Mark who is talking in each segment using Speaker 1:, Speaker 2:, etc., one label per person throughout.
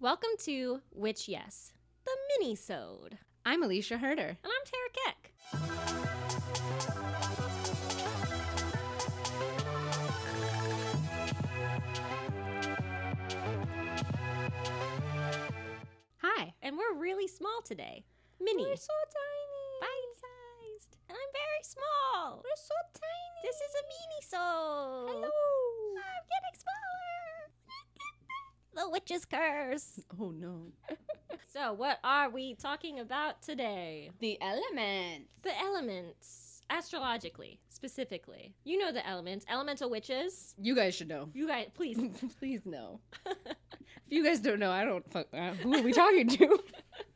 Speaker 1: Welcome to Which Yes, the mini-sode.
Speaker 2: I'm Alicia Herder.
Speaker 1: And I'm Tara Keck.
Speaker 2: Hi.
Speaker 1: And we're really small today. Mini.
Speaker 2: We're so tiny.
Speaker 1: Bite-sized. And I'm very small. We're so tiny. This is a mini-sode.
Speaker 2: Hello.
Speaker 1: I'm getting smaller. the witch's curse.
Speaker 2: Oh no.
Speaker 1: so what are we talking about today?
Speaker 2: The elements.
Speaker 1: The elements. Astrologically, specifically. You know the elements. Elemental witches.
Speaker 2: You guys should know.
Speaker 1: You guys, please.
Speaker 2: Please know. if you guys don't know, I don't fuck. Uh, who are we talking to?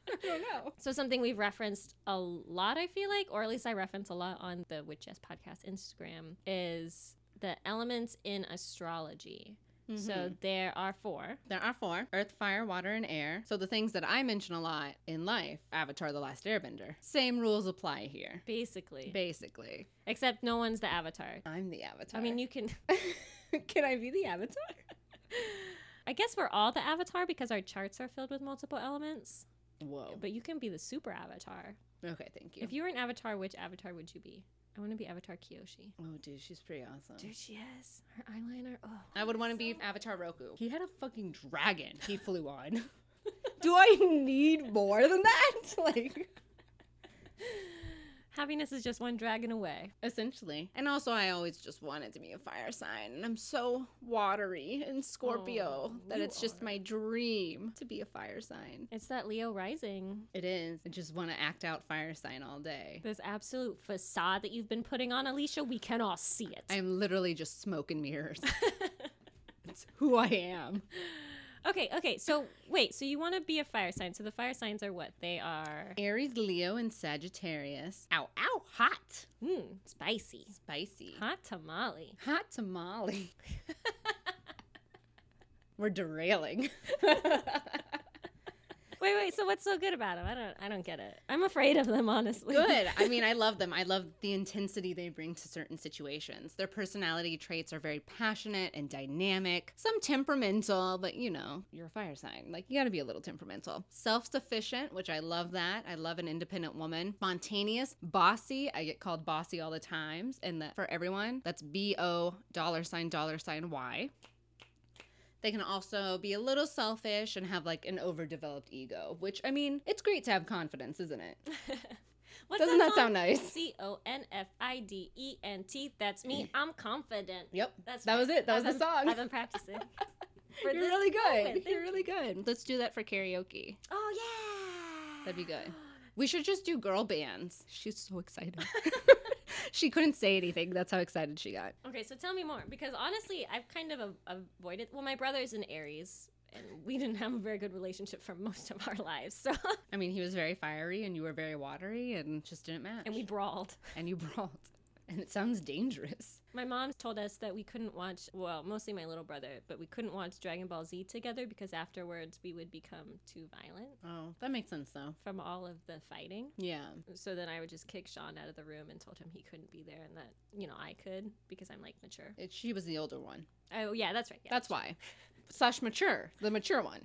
Speaker 2: I don't know.
Speaker 1: So something we've referenced a lot, I feel like, or at least I reference a lot on the Witch Yes podcast Instagram, is the elements in astrology. So
Speaker 2: So
Speaker 1: there are four.
Speaker 2: there are four earth, fire, water, and air. So the things that I mention a lot in life Avatar, The Last Airbender. Same rules apply here.
Speaker 1: Basically.
Speaker 2: Basically,
Speaker 1: Except no one's the avatar.
Speaker 2: I'm the avatar.
Speaker 1: I mean, you can.
Speaker 2: you can I be the avatar?
Speaker 1: I guess we're all the avatar because our charts are filled with multiple elements.
Speaker 2: Whoa.
Speaker 1: But you can be the super avatar.
Speaker 2: Okay, thank you.
Speaker 1: If you were an avatar, which avatar would you be? I want to be Avatar Kyoshi.
Speaker 2: oh, dude, she's pretty awesome.
Speaker 1: Dude, she is. Her eyeliner. Oh.
Speaker 2: I would want to be Avatar Roku. He had a fucking dragon he flew on. Do I need more than that? Like,
Speaker 1: Happiness is just one dragon away.
Speaker 2: essentially. And also, I always just wanted to be a fire sign. And I'm so watery and
Speaker 1: Oh,
Speaker 2: Scorpio that
Speaker 1: you
Speaker 2: it's just
Speaker 1: are.
Speaker 2: my dream to be a fire sign.
Speaker 1: It's that Leo rising.
Speaker 2: It is. I just want to act out fire sign all day.
Speaker 1: This absolute facade that you've been putting on, Alicia, we can all see it.
Speaker 2: I'm literally just smoke and mirrors. It's who I am.
Speaker 1: okay, okay. So wait, so you want to be a fire sign? So the fire signs are what? They are
Speaker 2: Aries, Leo, and Sagittarius. Ow, ow, hot.
Speaker 1: mm, spicy,
Speaker 2: Spicy.
Speaker 1: hot tamale.
Speaker 2: Hot tamale. We're derailing.
Speaker 1: Wait, wait. So what's so good about them? I don't, I don't get it. I'm afraid of them, honestly.
Speaker 2: Good. I mean, I love them. I love the intensity they bring to certain situations. Their personality traits are very passionate and dynamic, some temperamental, but you know, you're a fire sign. Like, you gotta be a little temperamental. Self sufficient, which I love that. I love an independent woman. Spontaneous, bossy. I get called bossy all the times. And that for everyone, that's B O dollar sign, dollar sign Y. They can also be a little selfish and have like an overdeveloped ego, which I mean, it's great to have confidence, isn't it?
Speaker 1: What's
Speaker 2: Doesn't that sound nice?
Speaker 1: C O N F I D E N T. That's me. I'm confident.
Speaker 2: Yep.
Speaker 1: That's
Speaker 2: That
Speaker 1: right.
Speaker 2: was it. That was
Speaker 1: I've
Speaker 2: the
Speaker 1: been-
Speaker 2: song.
Speaker 1: I've been practicing. for
Speaker 2: You're
Speaker 1: this
Speaker 2: really good.
Speaker 1: moment.
Speaker 2: You're really good. Let's do that for karaoke.
Speaker 1: Oh yeah.
Speaker 2: That'd be good. We should just do girl bands. She's so excited. she couldn't say anything. That's how excited she got.
Speaker 1: Okay, so tell me more because honestly, I've kind of a- avoided. Well, my brother's an Aries, and we didn't have a very good relationship for most of our lives. So,
Speaker 2: I mean, he was very fiery and you were very watery and just didn't match.
Speaker 1: and we brawled.
Speaker 2: and you brawled. And it sounds dangerous.
Speaker 1: My mom told us that we couldn't watch. Well, mostly my little brother, but we couldn't watch Dragon Ball Z together because afterwards we would become too violent
Speaker 2: Oh, that makes sense though.
Speaker 1: from all of the fighting.
Speaker 2: Yeah.
Speaker 1: So then I would just kick Sean out of the room and told him he couldn't be there and that you know I could because I'm like mature.
Speaker 2: It, she was the older one.
Speaker 1: Oh yeah, that's right. Yeah,
Speaker 2: That's why. Slash mature, the mature one.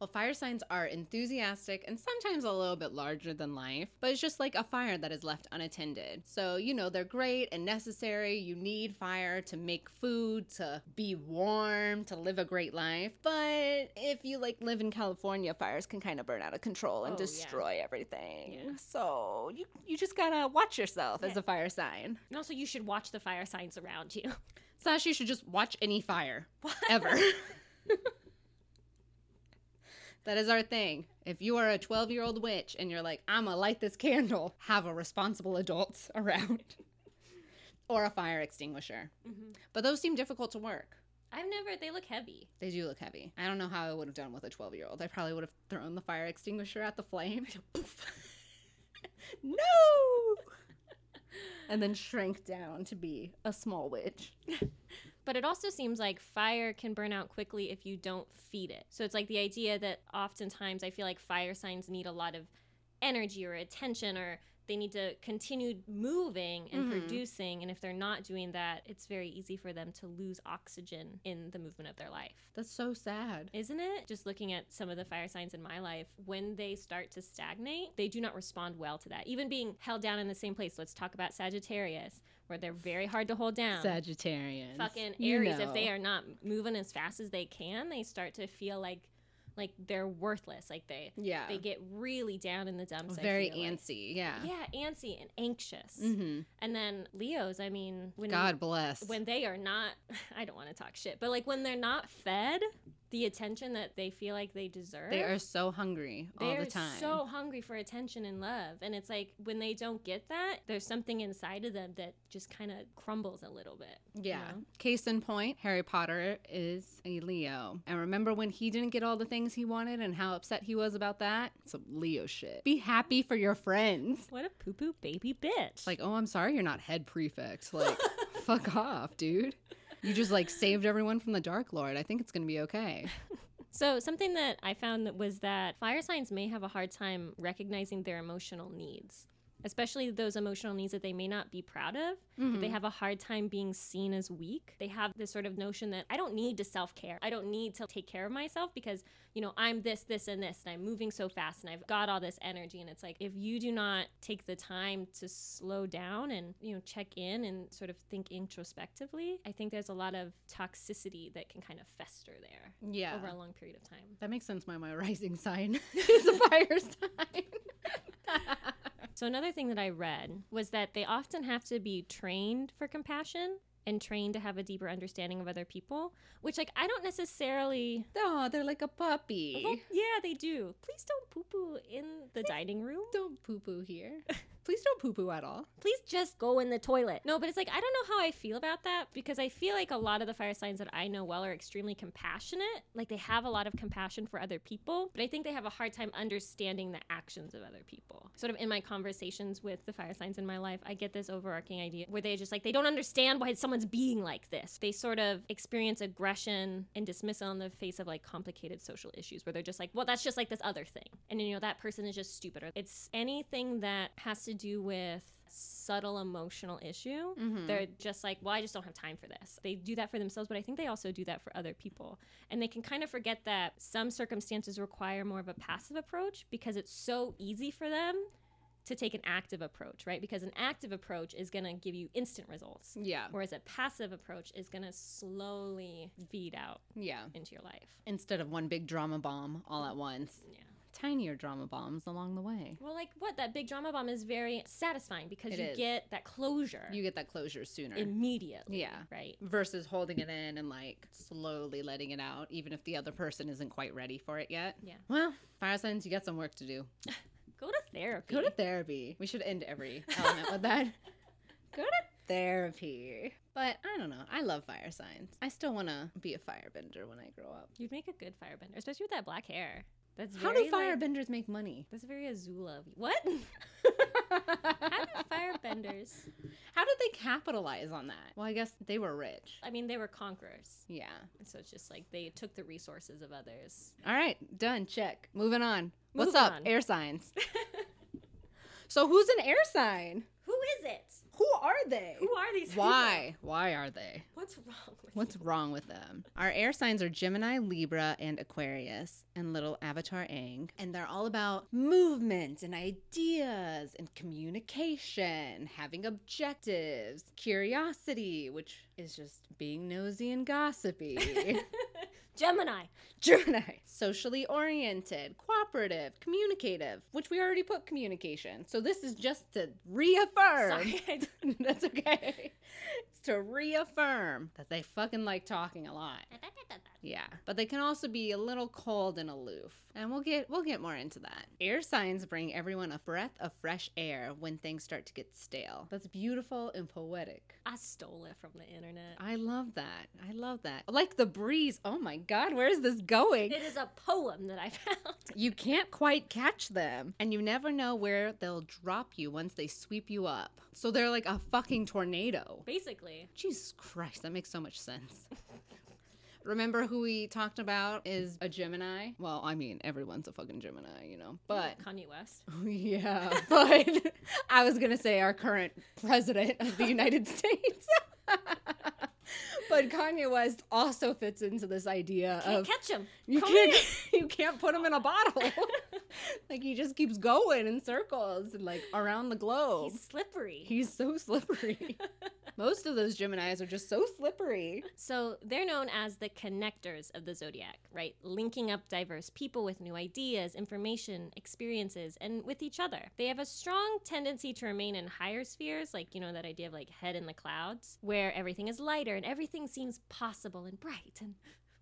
Speaker 2: well, fire signs are enthusiastic and sometimes a little bit larger than life, but it's just like a fire that is left unattended. So, you know, they're great and necessary. You need fire to make food, to be warm, to live a great life. But if you like live in California, fires can kind of burn out of control and
Speaker 1: Oh, yeah.
Speaker 2: destroy everything.
Speaker 1: Yeah.
Speaker 2: So, you, you just gotta watch yourself as
Speaker 1: Yeah.
Speaker 2: a fire sign.
Speaker 1: And also, you should watch the fire signs around you.
Speaker 2: Slash, you should just watch any fire ever. that is our thing. If you are a 12 year old witch and you're like, I'm gonna light this candle, have a responsible adult around or a fire extinguisher.
Speaker 1: hmm
Speaker 2: But those seem difficult to work.
Speaker 1: I've never. They look heavy.
Speaker 2: They do look heavy. I don't know how I would have done with a 12 year old. I probably would have thrown the fire extinguisher at the flame. no! And then shrank down to be a small witch.
Speaker 1: But it also seems like fire can burn out quickly if you don't feed it. So it's like the idea that oftentimes I feel like fire signs need a lot of energy or attention or they need to continue moving and
Speaker 2: Mhm.
Speaker 1: producing. And if they're not doing that, it's very easy for them to lose oxygen in the movement of their life.
Speaker 2: That's so sad.
Speaker 1: Isn't it? Just looking at some of the fire signs in my life, when they start to stagnate, they do not respond well to that. Even being held down in the same place. Let's talk about Sagittarius, where they're very hard to hold down.
Speaker 2: Sagittarians.
Speaker 1: Fucking
Speaker 2: You
Speaker 1: Aries, if
Speaker 2: know.
Speaker 1: they are not moving as fast as they can, they start to feel like like they're worthless. Like they
Speaker 2: Yeah.
Speaker 1: they get really down in the dumps. I
Speaker 2: Very
Speaker 1: feel like.
Speaker 2: antsy. Yeah.
Speaker 1: Yeah, antsy and anxious.
Speaker 2: hmm
Speaker 1: And then Leos, I mean, when
Speaker 2: God bless.
Speaker 1: when they are not I don't want to talk shit, but like when they're not fed the attention that they feel like they deserve.
Speaker 2: they are so hungry all
Speaker 1: they're
Speaker 2: the time.
Speaker 1: so hungry for attention and love. And it's like when they don't get that, there's something inside of them that just kind of crumbles a little bit.
Speaker 2: Yeah.
Speaker 1: know?
Speaker 2: Case in point, Harry Potter is a Leo. And remember when he didn't get all the things he wanted and how upset he was about that? Some Leo shit. Be happy for your friends.
Speaker 1: What a poo poo baby bitch.
Speaker 2: Like, oh, I'm sorry you're not head prefect. Like, fuck off, dude. You just like saved everyone from the Dark Lord. I think it's gonna be okay.
Speaker 1: So something that I found that was that fire signs may have a hard time recognizing their emotional needs, especially those emotional needs that they may not be proud of.
Speaker 2: Mm-hmm.
Speaker 1: that
Speaker 2: Hmm.
Speaker 1: They have a hard time being seen as weak. They have this sort of notion that I don't need to self-care. I don't need to take care of myself because, you know, I'm this, this and this and I'm moving so fast and I've got all this energy and it's like if you do not take the time to slow down and, you know, check in and sort of think introspectively, I think there's a lot of toxicity that can kind of fester there
Speaker 2: Yeah.
Speaker 1: over a long period of time.
Speaker 2: That makes sense why my rising sign is a fire sign.
Speaker 1: So, another thing that I read was that they often have to be trained for compassion and trained to have a deeper understanding of other people, which, like, I don't necessarily.
Speaker 2: oh, they're like a puppy.
Speaker 1: Well, yeah, they do. Please don't poo poo in the dining room.
Speaker 2: Don't poo poo here. Please don't poo poo at all.
Speaker 1: Please just go in the toilet. No, but it's like, I don't know how I feel about that because I feel like a lot of the fire signs that I know well are extremely compassionate. Like, they have a lot of compassion for other people, but I think they have a hard time understanding the actions of other people. Sort of in my conversations with the fire signs in my life, I get this overarching idea where they just like, they don't understand why someone's being like this. They sort of experience aggression and dismissal in the face of like complicated social issues where they're just like, well, that's just like this other thing. And, you know, that person is just stupid. Or it's anything that has to do with subtle emotional issue.
Speaker 2: Mhm.
Speaker 1: They're just like, well, I just don't have time for this. They do that for themselves, but I think they also do that for other people. And they can kind of forget that some circumstances require more of a passive approach because it's so easy for them to take an active approach, right? Because an active approach is going to give you instant results,
Speaker 2: Yeah.
Speaker 1: whereas a passive approach is going to slowly feed out
Speaker 2: Yeah.
Speaker 1: into your life.
Speaker 2: Instead of one big drama bomb all at once,
Speaker 1: Yeah.
Speaker 2: tinier drama bombs along the way.
Speaker 1: Well, like what? That big drama bomb is very satisfying because
Speaker 2: It
Speaker 1: you
Speaker 2: is.
Speaker 1: get that closure
Speaker 2: You get that closure sooner.
Speaker 1: immediately.
Speaker 2: Yeah.
Speaker 1: Right.
Speaker 2: Versus holding it in and like slowly letting it out, even if the other person isn't quite ready for it yet.
Speaker 1: Yeah.
Speaker 2: Well, fire signs, you got some work to do.
Speaker 1: Go to therapy.
Speaker 2: Go to therapy. We should end every element with that. Go to therapy. But I don't know. I love fire signs. I still want to be a firebender when I grow up.
Speaker 1: You'd make a good firebender, especially with that black hair. That's
Speaker 2: How
Speaker 1: very,
Speaker 2: do
Speaker 1: Like,
Speaker 2: firebenders make money?
Speaker 1: that's very Azula. of you. What? How do firebenders?
Speaker 2: How did they capitalize on that? Well, I guess they were rich.
Speaker 1: I mean, they were conquerors,
Speaker 2: Yeah.
Speaker 1: and so it's just like they took the resources of others.
Speaker 2: All right. Done. Check. Moving on. What's
Speaker 1: Moving
Speaker 2: up?
Speaker 1: on.
Speaker 2: Air signs. so who's an air sign?
Speaker 1: Who is it?
Speaker 2: Who are they?
Speaker 1: Who are these? people?
Speaker 2: Why? Why are they?
Speaker 1: What's wrong? With
Speaker 2: What's wrong with them? Our air signs are Gemini, Libra, and Aquarius, and little Avatar Aang. And they're all about movement and ideas and communication, having objectives, curiosity, which is just being nosy and gossipy.
Speaker 1: Gemini?
Speaker 2: Gemini, socially oriented, cooperative, communicative, which we already put communication. So this is just to reaffirm.
Speaker 1: Sorry, I d-
Speaker 2: That's okay. It's to reaffirm that they fucking like talking a lot. Yeah, but they can also be a little cold and aloof. And we'll get we'll get more into that. Air signs bring everyone a breath of fresh air when things start to get stale. That's beautiful and poetic.
Speaker 1: I stole it from the internet.
Speaker 2: I love that. I love that. Like the breeze. Oh my god, where is this going?
Speaker 1: It is a poem that I found.
Speaker 2: You can't quite catch them, and you never know where they'll drop you once they sweep you up. So they're like a fucking tornado.
Speaker 1: Basically,
Speaker 2: Jesus Christ, that makes so much sense. Remember who we talked about is a Gemini? Well, I mean, everyone's a fucking Gemini, you know. But
Speaker 1: Kanye West.
Speaker 2: yeah, but I was going to say our current president of the United States. but Kanye West also fits into this idea
Speaker 1: Can't
Speaker 2: of
Speaker 1: catch him.
Speaker 2: you
Speaker 1: Kanye-
Speaker 2: can't you can't put him in a bottle. like he just keeps going in circles like around the globe.
Speaker 1: He's slippery.
Speaker 2: He's so slippery. Most of those Geminis are just so slippery.
Speaker 1: So they're known as the connectors of the zodiac, right? Linking up diverse people with new ideas, information, experiences, and with each other. They have a strong tendency to remain in higher spheres, like, you know, that idea of like head in the clouds, where everything is lighter and everything seems possible and bright and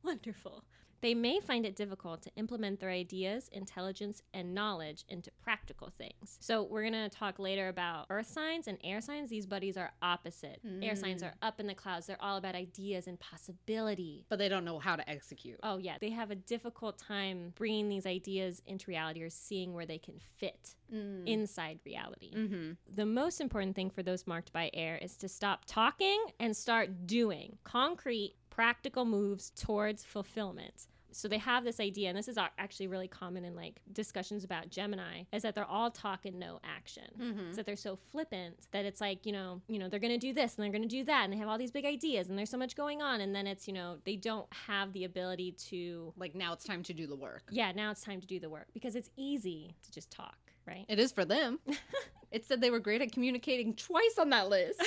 Speaker 1: wonderful. They may find it difficult to implement their ideas, intelligence, and knowledge into practical things. So, we're going to talk later about earth signs and air signs. These buddies are opposite. Air signs are up in the clouds, they're all about ideas and possibility.
Speaker 2: But they don't know how to execute.
Speaker 1: Oh, yeah, they have a difficult time bringing these ideas into reality or seeing where they can fit
Speaker 2: Mm.
Speaker 1: inside reality.
Speaker 2: Mm-hmm.
Speaker 1: The most important thing for those marked by air is to stop talking and start doing concrete, practical moves towards fulfillment. So they have this idea, and this is ac- actually really common in like discussions about Gemini, is that they're all talk and no action.
Speaker 2: Mm-hmm.
Speaker 1: It's that they're so flippant that it's like you know, you know, they're gonna do this and they're gonna do that, and they have all these big ideas, and there's so much going on, and then it's you know they don't have the ability to.
Speaker 2: Like now it's time to do the work.
Speaker 1: Yeah, now it's time to do the work because it's easy to just talk, right?
Speaker 2: It is for them. it said they were great at communicating twice on that list.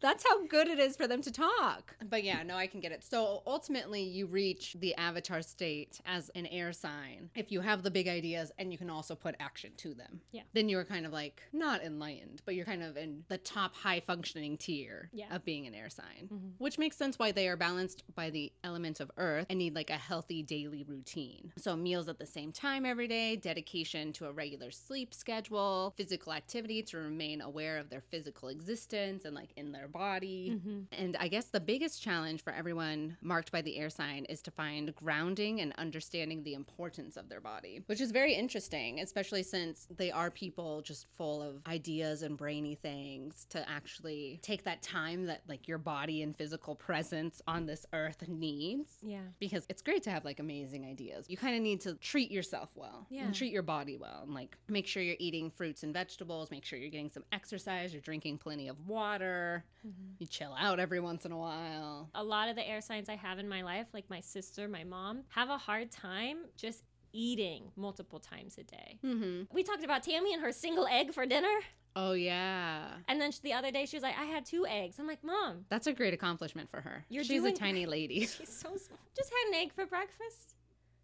Speaker 2: That's how good it is for them to talk. But yeah, no, I can get it. So ultimately, you reach the avatar state as an air sign if you have the big ideas and you can also put action to them.
Speaker 1: Yeah.
Speaker 2: Then you're kind of like not enlightened, but you're kind of in the top high functioning tier
Speaker 1: Yeah.
Speaker 2: of being an air sign,
Speaker 1: Mhm.
Speaker 2: which makes sense why they are balanced by the element of earth and need like a healthy daily routine. So meals at the same time every day, dedication to a regular sleep schedule, physical activity to remain aware of their physical existence and like in their body.
Speaker 1: Mm-hmm.
Speaker 2: And I guess the biggest challenge for everyone marked by the air sign is to find grounding and understanding the importance of their body, which is very interesting, especially since they are people just full of ideas and brainy things to actually take that time that like your body and physical presence on this earth needs
Speaker 1: Yeah.
Speaker 2: because it's great to have like amazing ideas. You kind of need to treat yourself well
Speaker 1: Yeah.
Speaker 2: and treat your body well and like make sure you're eating fruits and vegetables, make sure you're getting some exercise, you're drinking plenty of water,
Speaker 1: Mm-hmm.
Speaker 2: you chill out every once in a while.
Speaker 1: a lot of the air signs I have in my life, like my sister, my mom, have a hard time just eating multiple times a day.
Speaker 2: Mm-hmm.
Speaker 1: We talked about Tammy and her single egg for dinner.
Speaker 2: Oh, yeah.
Speaker 1: And then sh the other day, she was like, I had two eggs. I'm like, Mom,
Speaker 2: That's a great accomplishment for her.
Speaker 1: You're
Speaker 2: She's
Speaker 1: doing
Speaker 2: a tiny lady.
Speaker 1: she's so small. Just had an egg for breakfast.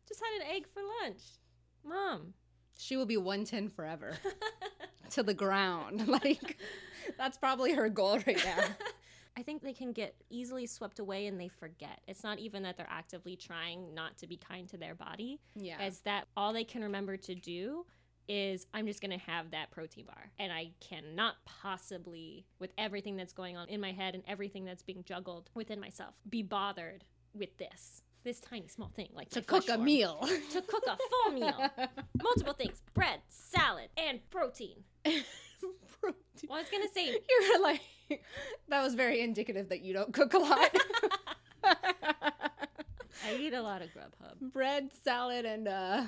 Speaker 1: Just had an egg for lunch. Mom.
Speaker 2: She will be 110 forever to the ground. Like, that's probably her goal right now.
Speaker 1: I think they can get easily swept away and they forget. It's not even that they're actively trying not to be kind to their body.
Speaker 2: Yeah.
Speaker 1: is that all they can remember to do is I'm just going to have that protein bar. And I cannot possibly, with everything that's going on in my head and everything that's being juggled within myself, be bothered with this. This tiny small thing, like
Speaker 2: to
Speaker 1: my
Speaker 2: cook
Speaker 1: flesh
Speaker 2: a
Speaker 1: form.
Speaker 2: meal.
Speaker 1: to cook a full meal, multiple things: bread, salad, and protein.
Speaker 2: Protein.
Speaker 1: Well, I was gonna say
Speaker 2: You're like, that was very indicative that you don't cook a lot.
Speaker 1: I eat a lot of Grubhub.
Speaker 2: Bread, salad, and uh,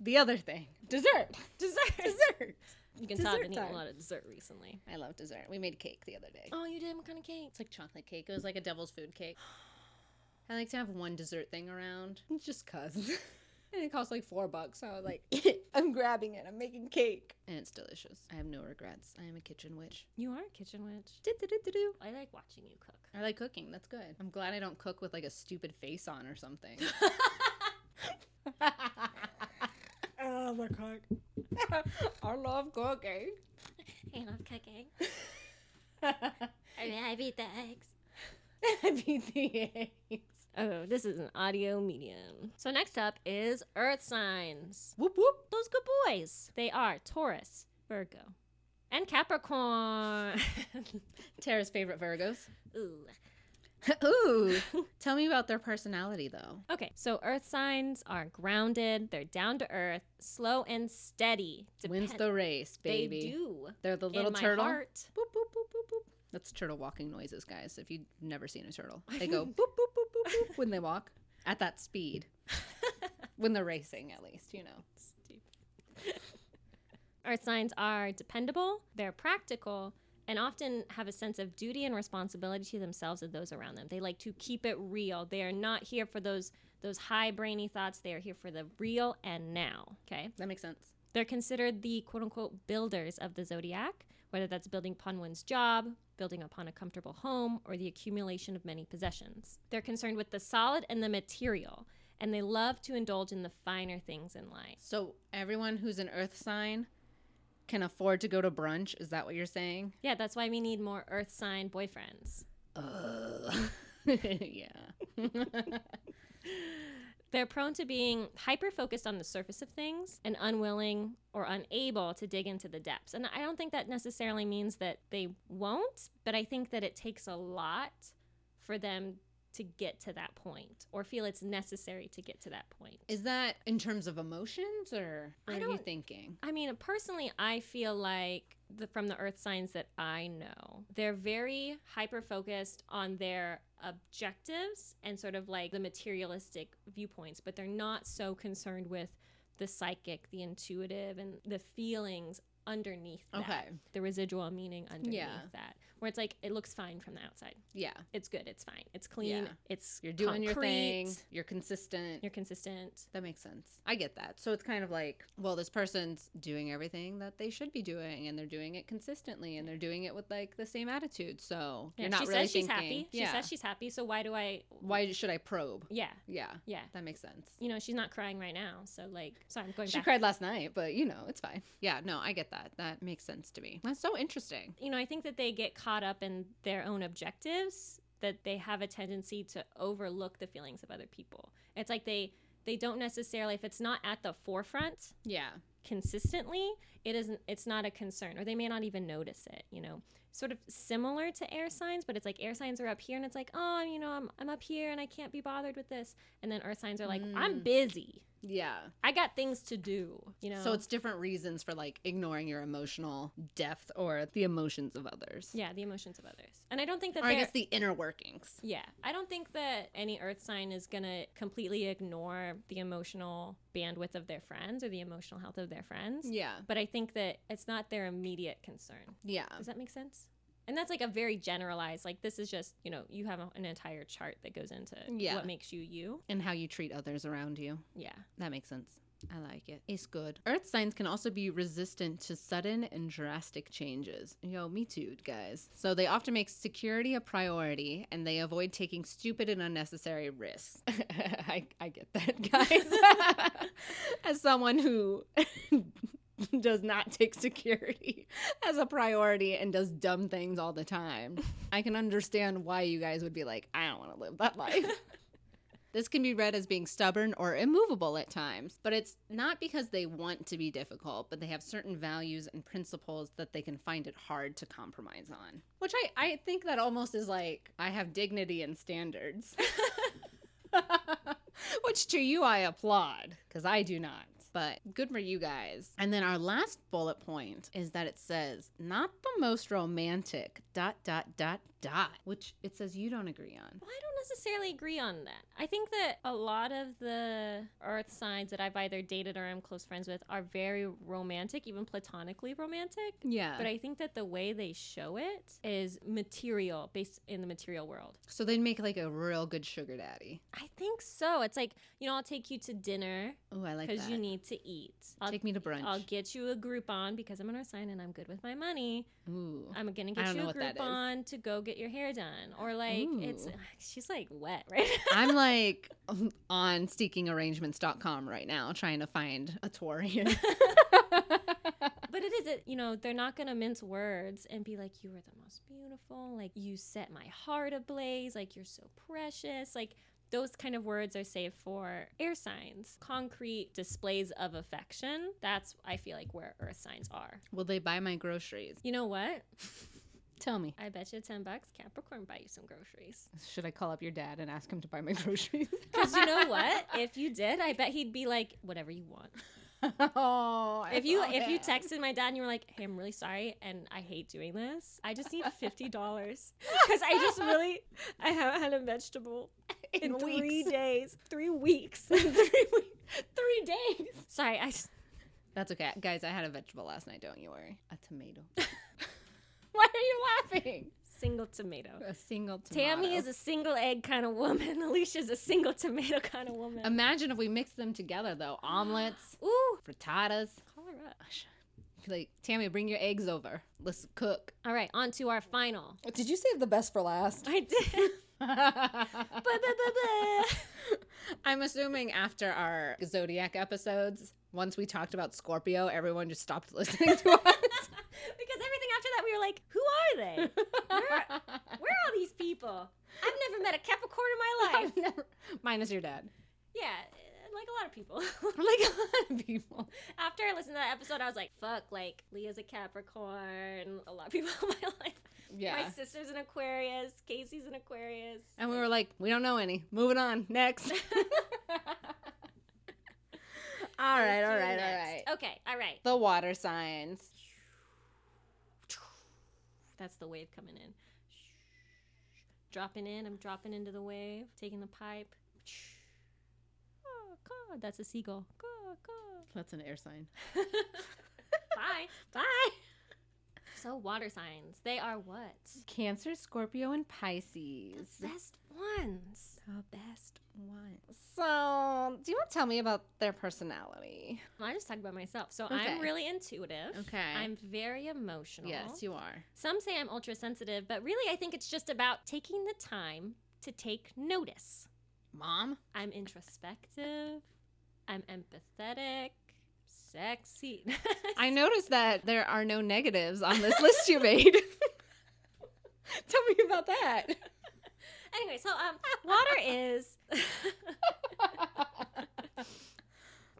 Speaker 2: the other thing, dessert.
Speaker 1: Dessert,
Speaker 2: Dessert.
Speaker 1: You can tell I've
Speaker 2: Dessert
Speaker 1: been eating
Speaker 2: time.
Speaker 1: a lot of dessert recently.
Speaker 2: I love dessert. We made cake the other day.
Speaker 1: Oh, you did? What kind of cake?
Speaker 2: It's like chocolate cake. It was like a devil's food cake. I like to have one dessert thing around, just cause. and it costs like four bucks. So I was like, I'm grabbing it. I'm making cake, and it's delicious. I have no regrets. I am a kitchen witch.
Speaker 1: You are a kitchen witch.
Speaker 2: Do-do-do-do-do.
Speaker 1: I like watching you cook.
Speaker 2: I like cooking. That's good. I'm glad I don't cook with like a stupid face on or something.
Speaker 1: Oh my god.
Speaker 2: I love cooking.
Speaker 1: I love cooking. I mean, I beat the eggs.
Speaker 2: I beat the eggs.
Speaker 1: Oh, this is an audio medium. So next up is Earth signs.
Speaker 2: Whoop whoop.
Speaker 1: Those good boys. They are Taurus, Virgo, and Capricorn.
Speaker 2: Tara's favorite Virgos.
Speaker 1: Ooh.
Speaker 2: Ooh. Tell me about their personality though.
Speaker 1: Okay, so Earth signs are grounded. They're down to earth, slow and steady.
Speaker 2: Wins
Speaker 1: Depend-
Speaker 2: the race, baby.
Speaker 1: They do.
Speaker 2: They're the
Speaker 1: In
Speaker 2: little
Speaker 1: my
Speaker 2: turtle.
Speaker 1: heart.
Speaker 2: Boop boop boop boop boop. That's turtle walking noises, guys. If you've never seen a turtle, they go boop boop boop boop boop when they walk. at that speed when they're racing, at least, you know.
Speaker 1: Our signs are dependable, they're practical, and often have a sense of duty and responsibility to themselves and those around them. They like to keep it real. They are not here for those those high brainy thoughts. They are here for the real and now. Okay.
Speaker 2: That makes sense.
Speaker 1: They're considered the quote unquote builders of the zodiac, whether that's building upon one's job, building upon a comfortable home, or the accumulation of many possessions. They're concerned with the solid and the material, and they love to indulge in the finer things in life.
Speaker 2: So everyone who's an earth sign can afford to go to brunch. Is that what you're saying?
Speaker 1: Yeah, that's why we need more earth sign boyfriends.
Speaker 2: Ugh. yeah.
Speaker 1: They're prone to being hyper focused on the surface of things and unwilling or unable to dig into the depths. And I don't think that necessarily means that they won't, but I think that it takes a lot for them to get to that point or feel it's necessary to get to that point.
Speaker 2: Is that in terms of emotions or
Speaker 1: I
Speaker 2: what are you
Speaker 1: don't-
Speaker 2: thinking?
Speaker 1: I mean, personally, I feel like the, from the earth signs that I know, they're very hyper focused on their objectives and sort of like the materialistic viewpoints, but they're not so concerned with the psychic, the intuitive, and the feelings underneath that,
Speaker 2: Okay.
Speaker 1: the residual meaning underneath
Speaker 2: Yeah.
Speaker 1: that, where it's like it looks fine from the outside.
Speaker 2: Yeah.
Speaker 1: It's good. It's fine. It's clean.
Speaker 2: Yeah.
Speaker 1: It's
Speaker 2: You're doing your thing.
Speaker 1: concrete,
Speaker 2: You're consistent.
Speaker 1: You're consistent.
Speaker 2: that makes sense. I get that. So it's kind of like, well, this person's doing everything that they should be doing, and they're doing it consistently, and they're doing it with like the same attitude. So
Speaker 1: Yeah,
Speaker 2: you're not
Speaker 1: she
Speaker 2: really
Speaker 1: says she's
Speaker 2: thinking.
Speaker 1: happy.
Speaker 2: Yeah.
Speaker 1: She says she's happy. So why do I?
Speaker 2: Why should I probe?
Speaker 1: Yeah.
Speaker 2: Yeah,
Speaker 1: Yeah.
Speaker 2: that makes sense.
Speaker 1: you know, she's not crying right now. So like, so I'm going
Speaker 2: She
Speaker 1: back.
Speaker 2: cried last night, but you know, it's fine. Yeah, no, I get that. That makes sense to me. That's so interesting.
Speaker 1: You know, I think that they get caught up in their own objectives that they have a tendency to overlook the feelings of other people. It's like they they don't necessarily if it's not at the forefront
Speaker 2: Yeah.
Speaker 1: consistently, it isn't it's not a concern or they may not even notice it, you know. Sort of similar to air signs, but it's like air signs are up here and it's like, "Oh, you know, I'm I'm up here and I can't be bothered with this." And then earth signs are like, "I'm
Speaker 2: Mm.
Speaker 1: busy.
Speaker 2: Yeah.
Speaker 1: I got things to do." You know.
Speaker 2: So it's different reasons for like ignoring your emotional depth or the emotions of others.
Speaker 1: yeah, the emotions of others. And I don't think that
Speaker 2: Or I
Speaker 1: they're-
Speaker 2: guess the inner workings.
Speaker 1: Yeah. I don't think that any earth sign is going to completely ignore the emotional bandwidth of their friends or the emotional health of their friends.
Speaker 2: Yeah.
Speaker 1: But I think that it's not their immediate concern.
Speaker 2: Yeah.
Speaker 1: Does that make sense? And that's like a very generalized, like, this is just, you know, you have a- an entire chart that goes into
Speaker 2: Yeah.
Speaker 1: what makes you you.
Speaker 2: And how you treat others around you.
Speaker 1: Yeah.
Speaker 2: That makes sense. I like it. It's good. Earth signs can also be resistant to sudden and drastic changes. Yo, me too, guys. So they often make security a priority and they avoid taking stupid and unnecessary risks. I, I get that, guys. as someone who does not take security as a priority and does dumb things all the time, I can understand why you guys would be like, I don't want to live that life. This can be read as being stubborn or immovable at times, but it's not because they want to be difficult, but they have certain values and principles that they can find it hard to compromise on. Which I, I think that almost is like, I have dignity and standards. Which to you I applaud, because I do not. But good for you guys. And then our last bullet point is that it says, not the most romantic, dot, dot, dot, dot, which it says you don't agree on.
Speaker 1: Well, I don't necessarily agree on that. I think that a lot of the earth signs that I've either dated or am close friends with are very romantic, even platonically romantic.
Speaker 2: Yeah.
Speaker 1: But I think that the way they show it is material, based in the material world.
Speaker 2: So they'd make like a real good sugar daddy.
Speaker 1: I think so. It's like, you know, I'll take you to dinner
Speaker 2: Oh, I like
Speaker 1: because
Speaker 2: that.
Speaker 1: you need to eat. I'll,
Speaker 2: Take me to brunch.
Speaker 1: I'll get you a Groupon because I'm an earth sign and I'm good with my money.
Speaker 2: Ooh.
Speaker 1: I'm gonna
Speaker 2: I
Speaker 1: get
Speaker 2: don't
Speaker 1: you
Speaker 2: know
Speaker 1: a
Speaker 2: what that is.
Speaker 1: Groupon to go get your hair done, or like it's
Speaker 2: Ooh.
Speaker 1: she's like wet right
Speaker 2: I'm like on seekingarrangements.com right now trying to find a Taurian.
Speaker 1: But it is, it, you know, they're not going to mince words and be like, you were the most beautiful. Like, you set my heart ablaze. Like, you're so precious. Like, those kind of words are saved for air signs, concrete displays of affection. That's, I feel like, where earth signs are.
Speaker 2: Will they buy my groceries?
Speaker 1: You know what?
Speaker 2: Tell me.
Speaker 1: I bet you 10 bucks Capricorn buy you some groceries.
Speaker 2: Should I call up your dad and ask him to buy my groceries?
Speaker 1: Because you know what? If you did, I bet he'd be like, whatever you want.
Speaker 2: oh, I
Speaker 1: if you
Speaker 2: love
Speaker 1: if you
Speaker 2: it.
Speaker 1: texted my dad and you were like, "Hey, I'm really sorry, and I hate doing this. I just need fifty dollars because I just really I haven't had a vegetable in, three
Speaker 2: weeks.
Speaker 1: days, three weeks, three weeks, three days. Sorry, I just
Speaker 2: That's okay. Guys, I had a vegetable last night, don't you worry. A tomato. Why are you laughing?
Speaker 1: single tomato.
Speaker 2: A single tomato.
Speaker 1: Tammy is a single egg kind of woman. Alicia's a single tomato kind of woman.
Speaker 2: Imagine if we mix them together though. Omelets,
Speaker 1: Ooh,
Speaker 2: frittatas.
Speaker 1: call her up.
Speaker 2: Be Like, Tammy, bring your eggs over. Let's cook.
Speaker 1: All right, on to our final.
Speaker 2: Did you save the best for last?
Speaker 1: I did. Ba, ba, ba, ba.
Speaker 2: I'm assuming after our zodiac episodes, once we talked about Scorpio, everyone just stopped listening to us.
Speaker 1: because everything after that, we were like, who are they? Where are all these people? I've never met a Capricorn in my life.
Speaker 2: I've never- minus your dad.
Speaker 1: Yeah, uh, like a lot of people.
Speaker 2: Like a lot of people.
Speaker 1: After I listened to that episode, I was like, fuck, like, Leah's a Capricorn. A lot of people in my life. My
Speaker 2: Yeah. Oh,
Speaker 1: sister's an Aquarius. Casey's an Aquarius.
Speaker 2: And we were like, we don't know any. Moving on. Next. all right, all
Speaker 1: Who's
Speaker 2: right, all right.
Speaker 1: next? Okay, all right.
Speaker 2: The water signs.
Speaker 1: That's the wave coming in. Dropping in. I'm dropping into the wave. Taking the pipe. Caw, caw. That's a seagull. Caw, caw.
Speaker 2: That's an air sign.
Speaker 1: Bye.
Speaker 2: Bye.
Speaker 1: So water signs. They are what?
Speaker 2: Cancer, Scorpio, and Pisces.
Speaker 1: The best ones.
Speaker 2: The best one. So, do you want to tell me about their personality?
Speaker 1: I just talked about myself. So
Speaker 2: Okay.
Speaker 1: I'm really intuitive.
Speaker 2: Okay.
Speaker 1: I'm very emotional.
Speaker 2: Yes, you are.
Speaker 1: Some say I'm ultra sensitive, but really I think it's just about taking the time to take notice.
Speaker 2: Mom?
Speaker 1: I'm introspective. I'm empathetic. Sexy.
Speaker 2: I noticed that there are no negatives on this list you made. tell me about that.
Speaker 1: anyway, so um, water is.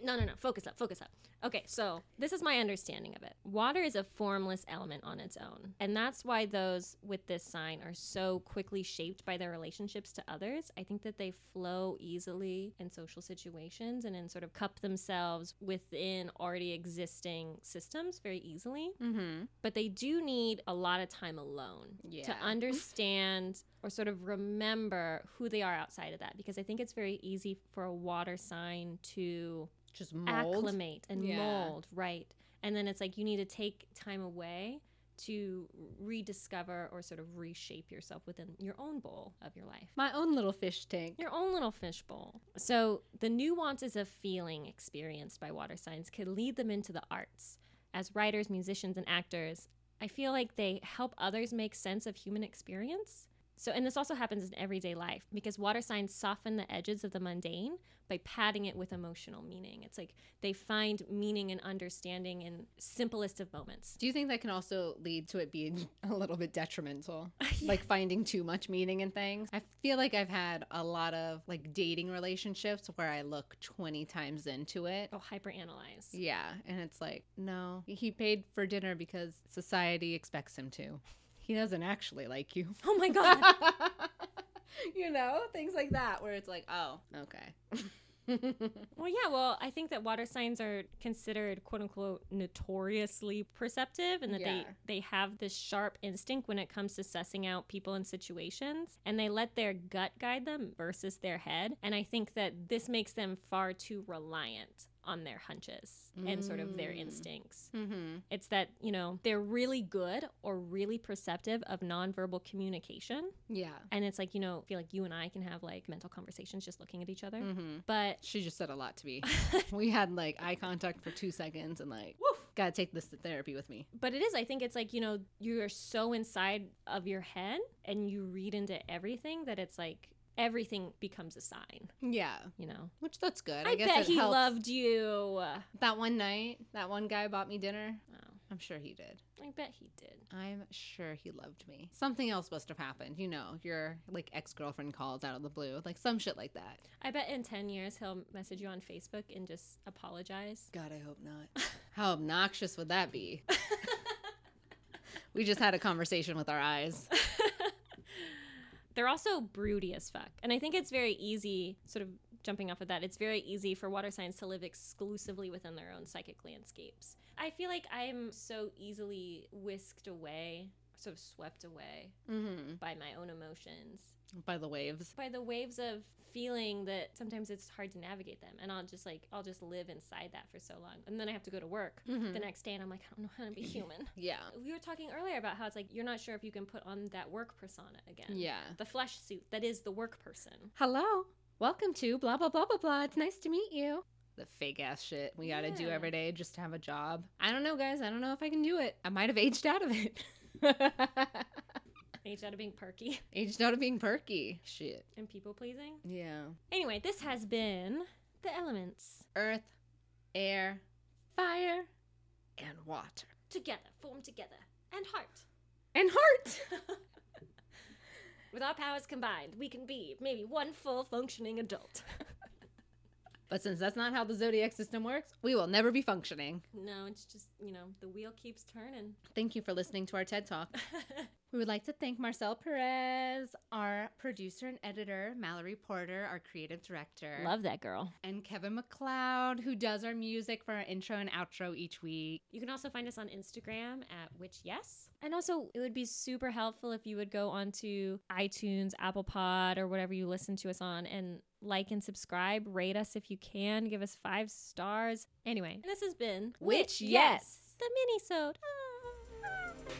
Speaker 1: no, no, no. Focus up. Focus up. Okay, so this is my understanding of it. Water is a formless element on its own, and that's why those with this sign are so quickly shaped by their relationships to others. I think that they flow easily in social situations and then sort of cup themselves within already existing systems very easily.
Speaker 2: mm-hmm.
Speaker 1: but they do need a lot of time alone to
Speaker 2: Yeah.
Speaker 1: understand or sort of remember who they are outside of that because i think it's very easy for a water sign to
Speaker 2: Just mold.
Speaker 1: acclimate and
Speaker 2: Yeah.
Speaker 1: mold right and then it's like you need to take time away to rediscover or sort of reshape yourself within your own bowl of your life
Speaker 2: My own little fish tank.
Speaker 1: your own little fishbowl. So, the nuances of feeling experienced by water signs could lead them into the arts. As writers, musicians, and actors, I feel like they help others make sense of human experience. So, and this also happens in everyday life because water signs soften the edges of the mundane by padding it with emotional meaning. It's like they find meaning and understanding in simplest of moments.
Speaker 2: Do you think that can also lead to it being a little bit detrimental? Like finding too much meaning in things? I feel like I've had a lot of like dating relationships where I look 20 times into it.
Speaker 1: Oh, hyperanalyze.
Speaker 2: Yeah. And it's like, no, he paid for dinner because society expects him to. He doesn't actually like you.
Speaker 1: Oh my God.
Speaker 2: you know, things like that where it's like, oh, okay.
Speaker 1: Well, yeah. Well, I think that water signs are considered "quote unquote" notoriously perceptive, and that
Speaker 2: Yeah.
Speaker 1: they they have this sharp instinct when it comes to sussing out people and situations, and they let their gut guide them versus their head. And I think that this makes them far too reliant on their hunches and sort of their
Speaker 2: Mm.
Speaker 1: instincts.
Speaker 2: mm-hmm.
Speaker 1: It's that you know they're really good or really perceptive of nonverbal communication,
Speaker 2: Yeah.
Speaker 1: and it's like you know I feel like you and I can have like mental conversations just looking at each other,
Speaker 2: Mm-hmm.
Speaker 1: but
Speaker 2: She just said a lot to me. we had like eye contact for two seconds and like, woof, gotta take this to therapy with me.
Speaker 1: But it is. I think it's like, you know, you are so inside of your head and you read into everything that it's like everything becomes a sign,
Speaker 2: Yeah,
Speaker 1: you know?
Speaker 2: which that's good.
Speaker 1: I,
Speaker 2: I, guess
Speaker 1: bet
Speaker 2: it
Speaker 1: he
Speaker 2: helps.
Speaker 1: loved you.
Speaker 2: that one night. That one guy bought me dinner.
Speaker 1: Oh,
Speaker 2: I'm sure he did.
Speaker 1: I bet he did.
Speaker 2: I'm sure he loved me. Something else must have happened. You know, your like ex girlfriend calls out of the blue, like some shit like that.
Speaker 1: I bet in 10 years he'll message you on Facebook and just apologize.
Speaker 2: God, I hope not. How obnoxious would that be? we just had a conversation with our eyes.
Speaker 1: They're also broody as fuck. And I think it's very easy, sort of jumping off of that, it's very easy for water signs to live exclusively within their own psychic landscapes. I feel like I'm so easily whisked away, sort of swept away
Speaker 2: Mm-hmm.
Speaker 1: by my own emotions,
Speaker 2: By the waves.
Speaker 1: by the waves of feeling that sometimes it's hard to navigate them. And I'll just like, I'll just live inside that for so long. And then I have to go to work
Speaker 2: Mm-hmm.
Speaker 1: the next day and I'm like, I don't know how to be human.
Speaker 2: yeah.
Speaker 1: We were talking earlier about how it's like, you're not sure if you can put on that work persona again.
Speaker 2: Yeah.
Speaker 1: The flesh suit that is the work person.
Speaker 2: Hello. Welcome to blah blah blah blah blah. It's nice to meet you. The fake ass shit we gotta do
Speaker 1: Yeah.
Speaker 2: every day just to have a job. I don't know, guys. I don't know if I can do it. I might have aged out of it.
Speaker 1: Age out of being perky
Speaker 2: aged out of being perky. Shit.
Speaker 1: and people pleasing.
Speaker 2: Yeah.
Speaker 1: Anyway, this has been the elements
Speaker 2: Earth, air, fire, and water.
Speaker 1: together, form together, and heart.
Speaker 2: And heart.
Speaker 1: With our powers combined, we can be maybe one full functioning adult.
Speaker 2: But since that's not how the zodiac system works, we will never be functioning.
Speaker 1: no, it's just, you know, the wheel keeps turning.
Speaker 2: Thank you for listening to our TED Talk. We would like to thank Marcel Perez, our producer and editor, Mallory Porter, our creative director,
Speaker 1: Love that girl.
Speaker 2: and Kevin McLeod, who does our music for our intro and outro each week.
Speaker 1: You can also find us on Instagram at which yes. And also, it would be super helpful if you would go onto iTunes, Apple Pod, or whatever you listen to us on and like and subscribe, rate us if you can, give us five stars. Anyway, this has been
Speaker 2: Which Yes.
Speaker 1: Ah. the mini sode.